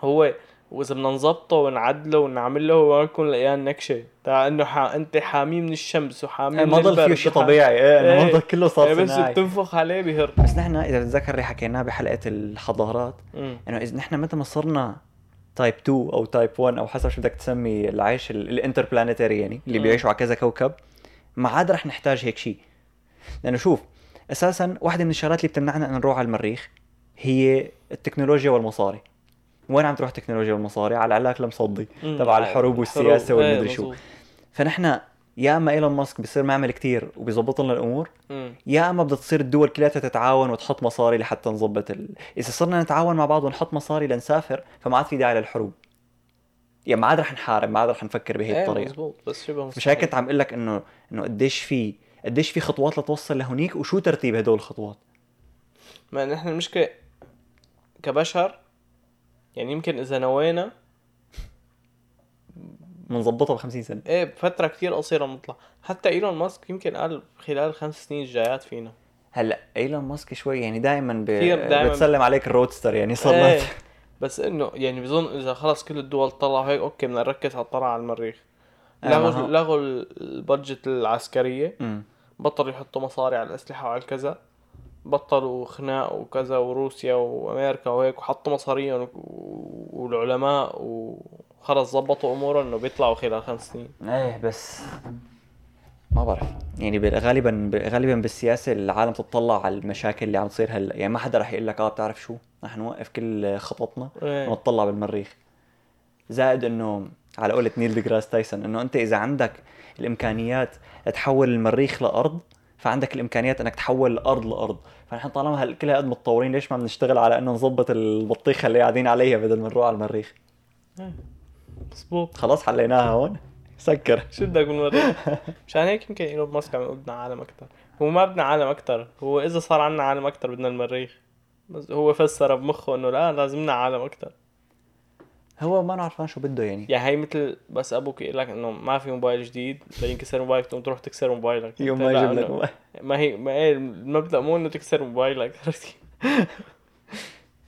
B: هو واذا بدنا نظبطه ونعدله ونعمل له ما بكون لقيان نكشة تاع انه ح... انت حاميه من الشمس وحاميه من
A: إيه، ما ضل فيه
B: البرد
A: شيء
B: وحا-
A: طبيعي ايه انه
B: إيه.
A: ما ضل كله
B: يعني
A: صار
B: بس
A: صناعي
B: بتنفخ عليه بيهر
A: بس نحن اذا بتتذكر اللي حكيناه بحلقه الحضارات
B: مم.
A: انه اذا يعني نحن متى ما صرنا تايب 2 او تايب 1 او حسب شو بدك تسمي العيش الانتر بلانيتري يعني اللي
B: مم.
A: بيعيشوا على كذا كوكب ما عاد رح نحتاج هيك شيء لانه شوف اساسا واحده من الشغلات اللي بتمنعنا ان نروح على المريخ هي التكنولوجيا والمصاري وين عم تروح التكنولوجيا والمصاري على العلاك المصدي
B: مم.
A: تبع الحروب والسياسه
B: الحروب. إيه،
A: والمدري شو
B: مظبوط.
A: فنحن يا اما ايلون ماسك بصير معمل كتير وبيظبط لنا الامور
B: مم.
A: يا اما بدها تصير الدول كلها تتعاون وتحط مصاري لحتى نظبط ال... اذا صرنا نتعاون مع بعض ونحط مصاري لنسافر فما عاد في داعي للحروب يعني ما عاد رح نحارب ما عاد رح نفكر بهي
B: ايه
A: الطريقه
B: مزبوط بس شبه
A: مش هيك
B: مستحيل
A: كنت عم اقول لك انه انه قديش في قديش في خطوات لتوصل لهونيك وشو ترتيب هدول الخطوات
B: ما نحن المشكلة كبشر يعني يمكن اذا نوينا
A: بنظبطها ب 50 سنه
B: ايه بفترة كتير قصيرة بنطلع حتى ايلون ماسك يمكن قال خلال خمس سنين الجايات فينا
A: هلا ايلون ماسك شوي يعني دائما ب...
B: كتير دايماً-
A: بتسلم عليك الرودستر يعني صار
B: ايه
A: لها-
B: بس انه يعني بظن اذا خلص كل الدول طلعوا هيك اوكي بدنا نركز على الطلعة على المريخ
A: آه، ما
B: لغوا
A: هو-
B: لغوا ال- البادجت العسكرية
A: أمم.
B: بطلوا يحطوا مصاري على الاسلحة وعلى الكذا بطلوا خناق وكذا وروسيا وامريكا وهيك وحطوا مصاريهم و- والعلماء
A: إيه،
B: وخلص ظبطوا امورهم انه بيطلعوا خلال خمس سنين
A: ايه بس ما بعرف يعني بال- غالبا غالبا بالسياسه العالم تتطلع على المشاكل اللي عم تصير هلا يعني ما حدا رح يقول لك اه بتعرف شو رح نوقف كل خططنا
B: إيه.
A: ونتطلع بالمريخ زائد انه على قولة نيل ديجراس تايسون انه انت اذا عندك الامكانيات تحول المريخ لارض فعندك الامكانيات انك تحول الارض لارض فنحن طالما هل- كل هالقد متطورين ليش ما بنشتغل على انه نظبط البطيخه اللي قاعدين عليها بدل ما نروح على المريخ
B: إيه. مظبوط
A: خلاص حليناها هون سكر
B: شو بدك من المريخ مشان هيك يمكن ايلون ماسك عم يقول بدنا عالم اكثر هو ما بدنا عالم اكثر هو اذا صار عنا عالم اكثر بدنا المريخ بس هو فسر بمخه انه لا لازمنا عالم اكثر
A: هو ما عرفان شو بده يعني
B: يعني هي مثل بس ابوك يقول لك انه ما في موبايل جديد لينكسر موبايلك تقوم تروح تكسر موبايلك
A: يوم
B: أنت
A: ما
B: لا،
A: يجيب
B: إنه-
A: لك
B: ما هي ما هي المبدا مو انه تكسر موبايلك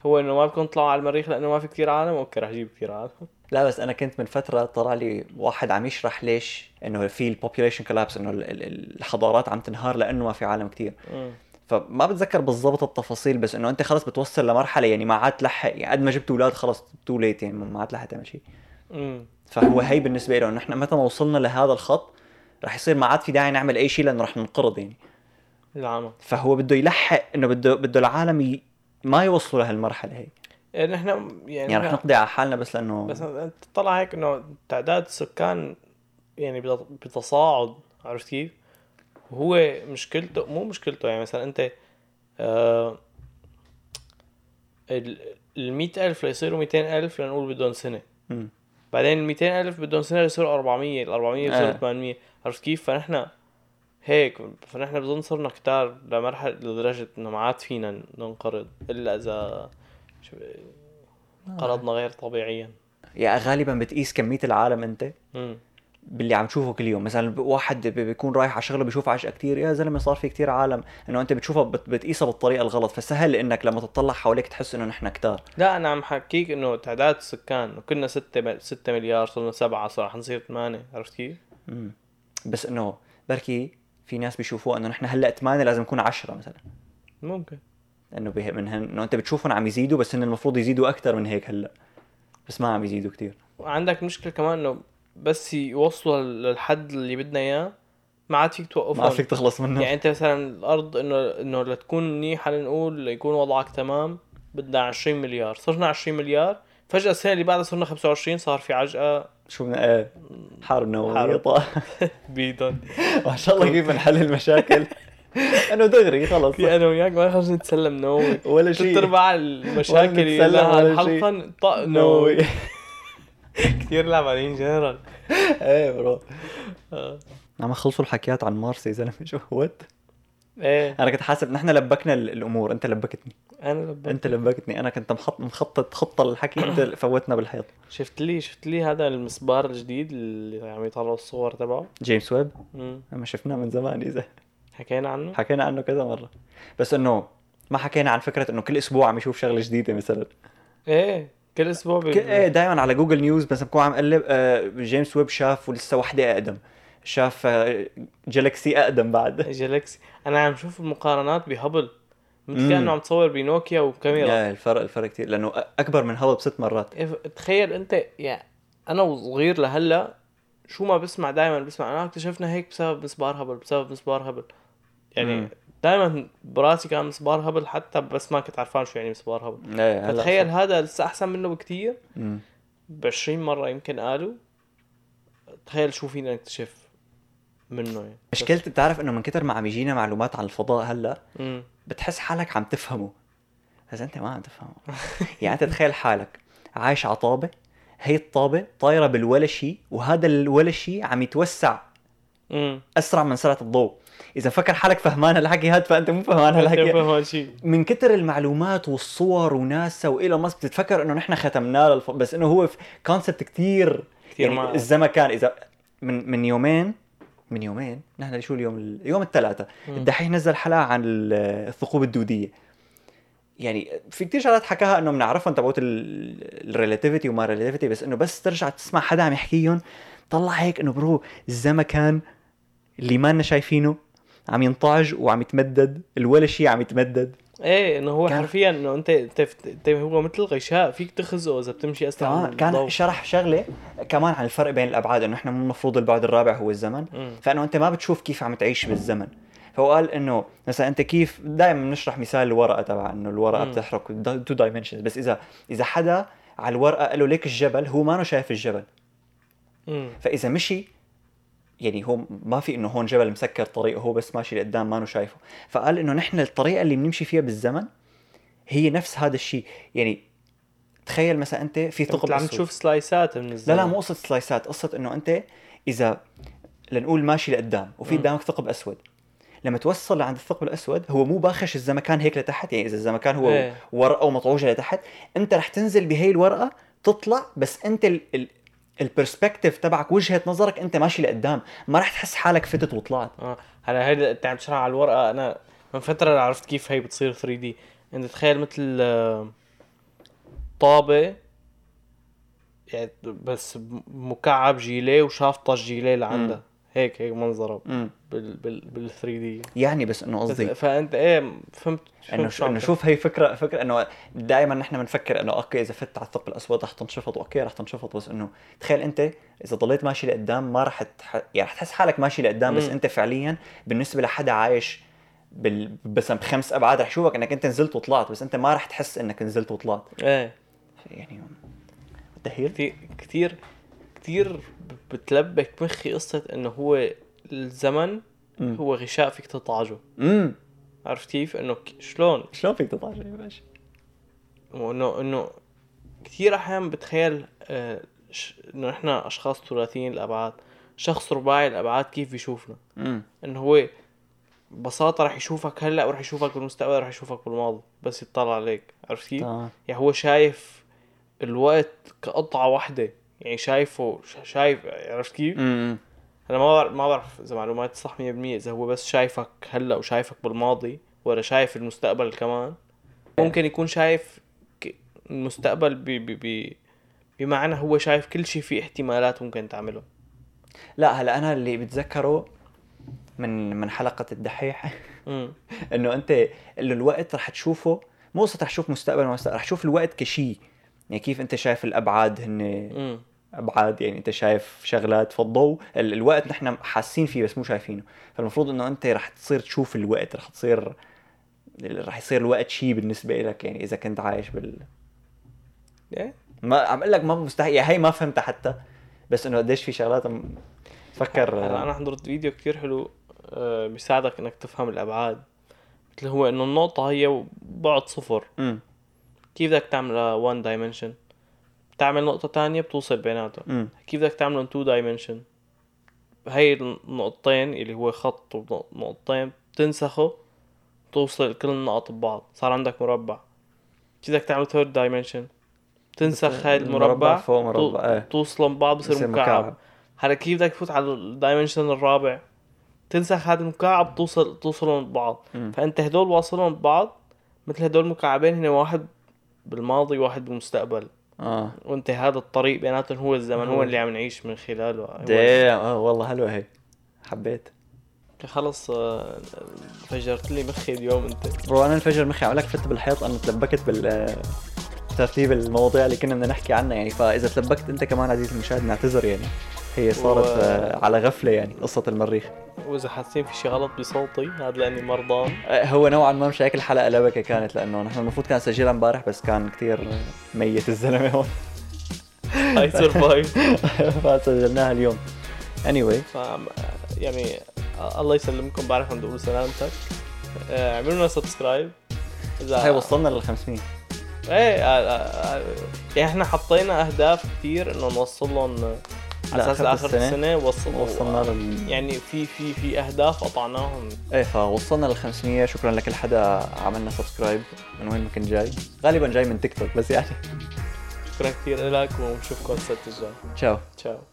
B: هو انه ما بدكم تطلعوا على المريخ لانه ما في كثير عالم اوكي رح اجيب كثير عالم
A: لا بس انا كنت من فتره طلع لي واحد عم يشرح ليش انه في البوبيوليشن كولابس انه ال- ال- الحضارات عم تنهار لانه ما في عالم كتير
B: أمم.
A: فما بتذكر بالضبط التفاصيل بس انه انت خلص بتوصل لمرحله يعني ما عاد تلحق يعني قد ما جبت اولاد خلص تو ليت يعني ما عاد تلحق تعمل شيء
B: أمم.
A: فهو هي بالنسبه له انه احنا متى ما وصلنا لهذا الخط رح يصير ما عاد في داعي نعمل اي شيء لانه رح ننقرض يعني
B: العمى
A: فهو بده يلحق انه بده بده العالم ي... ما يوصلوا لهالمرحله هي
B: يعني نحن يعني,
A: يعني رح
B: يعني
A: نقضي على حالنا بس لانه
B: بس أنت طلع هيك انه تعداد السكان يعني بت- بتصاعد عرفت كيف؟ وهو مشكلته مو مشكلته يعني مثلا انت آه ال ال 100000 ليصيروا 200000 لنقول بدهم سنه
A: مم.
B: بعدين ال 200000 بدهم سنه يصيروا 400 ال 400
A: آه.
B: يصيروا 800 عرفت كيف فنحن هيك فنحن بظن صرنا كتار لمرحله لدرجه انه ما عاد فينا ننقرض الا اذا شو- قرضنا غير طبيعيا
A: يعني غالبا بتقيس كميه العالم انت
B: مم.
A: باللي عم تشوفه كل يوم مثلا واحد بي- بيكون رايح على شغله بيشوف عشقة كتير يا زلمه صار في كتير عالم انه انت بتشوفها بت- بتقيسها بالطريقه الغلط فسهل انك لما تطلع حواليك تحس انه نحن كتار
B: لا انا عم حكيك انه تعداد السكان إنه كنا 6 6 مليار صرنا 7 صار حنصير 8 عرفت كيف؟
A: مم. بس انه بركي في ناس بيشوفوها انه نحن هلا 8 لازم نكون 10 مثلا
B: ممكن
A: انه به- من هن... انه انت بتشوفهم عم يزيدوا بس هن المفروض يزيدوا اكثر من هيك هلا بس ما عم يزيدوا كتير
B: وعندك مشكله كمان انه بس يوصلوا للحد اللي بدنا اياه ما عاد فيك
A: ما عاد
B: توقفهم
A: فيك تخلص منهم
B: يعني انت مثلا الارض انه انه لتكون منيحه لنقول ليكون وضعك تمام بدنا 20 مليار صرنا 20 مليار فجاه السنه اللي بعدها صرنا 25 صار في عجقه
A: شو بدنا ايه حرب نوويه
B: حرب.
A: طبعا.
B: بيدن
A: ما شاء الله كيف بنحل المشاكل انه دغري خلص
B: في انا وياك ما خرجنا نتسلم نووي
A: ولا شيء
B: ثلاث ارباع
A: ولا
B: المشاكل اللي
A: نتسلم ولا
B: لها
A: شيء.
B: حلقا طق نووي
A: نووي
B: كثير لعب عليهم جنرال
A: ايه برو
B: آه.
A: عم نعم، خلصوا الحكيات عن مارس يا زلمه شو وات
B: ايه
A: انا كنت حاسب نحن لبكنا ال- الامور انت لبكتني
B: انا لبا
A: انت لبكتني انا كنت محط مخطط خطه للحكي انت فوتنا بالحيط
B: شفت لي شفت لي هذا المسبار الجديد اللي عم يطلعوا الصور تبعه
A: جيمس ويب
B: مم.
A: ما شفناه من زمان اذا
B: حكينا عنه
A: حكينا عنه كذا مره بس انه ما حكينا عن فكره انه كل اسبوع عم يشوف شغله جديده مثلا
B: ايه كل اسبوع بي...
A: ك- ايه دائما على جوجل نيوز مثلا بكون عم اقلب آه، جيمس ويب شاف ولسه وحده اقدم شاف آه، جالكسي اقدم بعد
B: جالكسي انا عم شوف المقارنات بهبل
A: مم.
B: مثل كانه عم تصور بنوكيا وكاميرا
A: آه، الفرق الفرق كثير لانه اكبر من هبل بست مرات
B: إف- تخيل انت يعني انا وصغير لهلا شو ما بسمع دائما بسمع انا اكتشفنا هيك بسبب مسبار هبل بسبب مسبار هبل
A: مم.
B: يعني دائما براسي كان مسبار هبل حتى بس ما كنت عارفان شو يعني مسبار هبل
A: ايه هلا
B: فتخيل هذا لسه احسن منه بكتير
A: مم.
B: ب 20 مره يمكن قالوا تخيل شو فينا نكتشف منه يعني
A: مشكلة بتعرف انه من كتر ما عم يجينا معلومات عن الفضاء هلا
B: امم
A: بتحس حالك عم تفهمه بس انت ما عم تفهمه يعني انت تخيل حالك عايش على طابة هي الطابة طايرة بالولا شيء وهذا الولا شيء عم يتوسع
B: امم
A: اسرع من سرعة الضوء اذا فكر حالك فهمان هالحكي هاد فانت مو فهمان هالحكي
B: فاهم شيء
A: من كتر المعلومات والصور وناسا وايلون ماسك بتتفكر انه نحن ختمناه للف... بس انه هو كونسبت كتير
B: كثير
A: يعني
B: ما
A: الزمن كان اذا من من يومين من يومين نحن شو اليوم ال- يوم الثلاثاء
B: مم.
A: الدحيح نزل حلقه عن ال- الثقوب الدوديه يعني في كتير شغلات حكاها انه بنعرفهم تبعوت الريلاتيفيتي وما ريلاتيفيتي بس انه بس ترجع تسمع حدا عم يحكيهم طلع هيك انه برو الزمكان اللي ما شايفينه عم ينطعج وعم يتمدد الولا شيء عم يتمدد
B: ايه انه هو
A: كان-
B: حرفيا انه انت انت, انت هو مثل غشاء فيك تخزقه اذا بتمشي اسرع
A: كمان
B: من
A: آه، كان
B: الضوء.
A: شرح شغله كمان عن الفرق بين الابعاد انه احنا مو المفروض البعد الرابع هو الزمن
B: مم.
A: فانه انت ما بتشوف كيف عم تعيش بالزمن فهو قال انه مثلا انت كيف دائما بنشرح مثال الورقه تبع انه الورقه
B: مم.
A: بتحرك تو دايمنشنز بس اذا اذا حدا على الورقه قال له ليك الجبل هو ما شايف الجبل
B: مم.
A: فاذا مشي يعني هو ما في انه هون جبل مسكر طريقه هو بس ماشي لقدام ما شايفه فقال انه نحن الطريقه اللي بنمشي فيها بالزمن هي نفس هذا الشيء يعني تخيل مثلا انت في
B: انت
A: ثقب
B: عم
A: أسود.
B: تشوف سلايسات من الزمن
A: لا لا مو قصه سلايسات قصه انه انت اذا لنقول ماشي لقدام وفي
B: مم.
A: قدامك ثقب اسود لما توصل لعند الثقب الاسود هو مو باخش الزمكان هيك لتحت يعني اذا الزمكان هو
B: إيه.
A: ورقه ومطعوجه لتحت انت رح تنزل بهي الورقه تطلع بس انت ال... ال... البرسبكتيف تبعك وجهه نظرك انت ماشي لقدام ما رح تحس حالك فتت وطلعت
B: اه انا هيدا انت عم تشرح على الورقه انا من فتره عرفت كيف هي بتصير 3 دي انت تخيل مثل آه، طابه يعني بس مكعب جيليه وشافطه الجيليه لعندها
A: مم.
B: هيك هيك منظره
A: مم.
B: بال بال بال 3 دي
A: يعني بس انه قصدي
B: فانت ايه فهمت
A: انه
B: فهمت شو عم
A: انه
B: تحكي.
A: شوف هي فكره فكره انه دائما نحن بنفكر انه اوكي اذا فت على الثقب الاسود رح تنشفط اوكي رح تنشفط بس انه تخيل انت اذا ضليت ماشي لقدام ما رح تح... يعني رح تحس حالك ماشي لقدام بس
B: مم.
A: انت فعليا بالنسبه لحدا عايش بال... بس بخمس ابعاد رح يشوفك انك انت نزلت وطلعت بس انت ما رح تحس انك نزلت وطلعت
B: ايه
A: يعني تهيل
B: كتير كتير كتير بتلبك مخي قصه انه هو الزمن
A: مم.
B: هو غشاء فيك تطعجه
A: امم
B: عرفت كيف انه ك- شلون
A: شلون فيك تطلع شيء ماشي
B: وانه انه كثير احيان بتخيل آه، ش- انه احنا اشخاص ثلاثيين الابعاد شخص رباعي الابعاد كيف بيشوفنا
A: امم
B: انه هو ببساطة رح يشوفك هلا ورح يشوفك بالمستقبل رح يشوفك بالماضي بس يطلع عليك عرفت كيف؟
A: تمام
B: يعني هو شايف الوقت كقطعة واحدة يعني شايفه ش- شايف عرفت كيف؟
A: امم
B: انا ما بعرف ما بعرف اذا معلوماتي صح 100% اذا هو بس شايفك هلا وشايفك بالماضي ولا شايف المستقبل كمان ممكن يكون شايف ك- المستقبل ب ب ب بمعنى هو شايف كل شيء فيه احتمالات ممكن تعمله
A: لا هلا انا اللي بتذكره من من حلقه الدحيح
B: امم
A: انه انت اللي الوقت رح تشوفه مو قصة رح تشوف مستقبل ما مستقبل رح تشوف الوقت كشيء يعني كيف انت شايف الابعاد هن
B: امم
A: ابعاد يعني انت شايف شغلات فالضوء ال- الوقت نحن حاسين فيه بس مو شايفينه فالمفروض انه انت رح تصير تشوف الوقت رح تصير رح يصير الوقت شيء بالنسبه لك يعني اذا كنت عايش بال
B: إيه.
A: ما عم اقول لك ما مستحيل يا هي ما فهمتها حتى بس انه قديش في شغلات م- آه، فكر
B: هلا انا حضرت فيديو كتير حلو آه، بيساعدك انك تفهم الابعاد مثل هو انه النقطة هي بعد صفر
A: امم
B: كيف بدك تعملها 1 دايمنشن بتعمل نقطة تانية بتوصل بيناتهم
A: امم
B: كيف بدك تعملهم 2 دايمنشن هاي النقطتين اللي هو خط ونقطتين بتنسخه توصل كل النقط ببعض صار عندك مربع كيف بدك تعمل ثيرد دايمنشن تنسخ هاي المربع
A: فوق مربع
B: تو-
A: ايه
B: توصلهم ببعض بصير
A: بصير
B: مكعب هلا كيف بدك تفوت على الدايمنشن الرابع تنسخ هذا المكعب توصل توصلهم ببعض
A: مم.
B: فانت هدول واصلهم ببعض مثل هدول المكعبين هنا واحد بالماضي واحد بالمستقبل
A: اه
B: وانت هذا الطريق بيناتهم هو الزمن هو
A: هو.
B: اللي عم نعيش من خلاله هو-
A: دام اه والله حلوه هي حبيت
B: خلص آه، فجرت لي مخي اليوم انت
A: برو انا انفجر مخي عم لك فت بالحيط انا تلبكت بال ترتيب المواضيع اللي كنا بدنا نحكي عنها يعني فاذا تلبكت انت كمان عزيزي المشاهد نعتذر يعني هي صارت
B: و-
A: آه، على غفله يعني قصه المريخ
B: واذا حاسين في شي غلط بصوتي هذا لاني مرضان
A: آه، هو نوعا ما مش هيك الحلقه لبكه كانت لانه نحن المفروض كان نسجلها امبارح بس كان كثير ميت الزلمه هون
B: اي سرفايف
A: فسجلناها اليوم anyway
B: ف يعني آه، الله يسلمكم بعرف عم بقول سلامتك آه، اعملوا لنا سبسكرايب
A: هاي وصلنا لل 500
B: ايه آه، آه، آه، يعني احنا حطينا اهداف كثير انه نوصل لهم آه، على اساس
A: لآخر
B: لاخر
A: السنة.
B: السنه وصل
A: وصلنا لل
B: يعني في في في اهداف قطعناهم
A: ايه فوصلنا لل 500 شكرا لكل حدا عملنا سبسكرايب من وين ما كنت جاي غالبا جاي من تيك توك بس يعني
B: شكرا كثير لك ونشوفكم السبت الجاي
A: تشاو
B: تشاو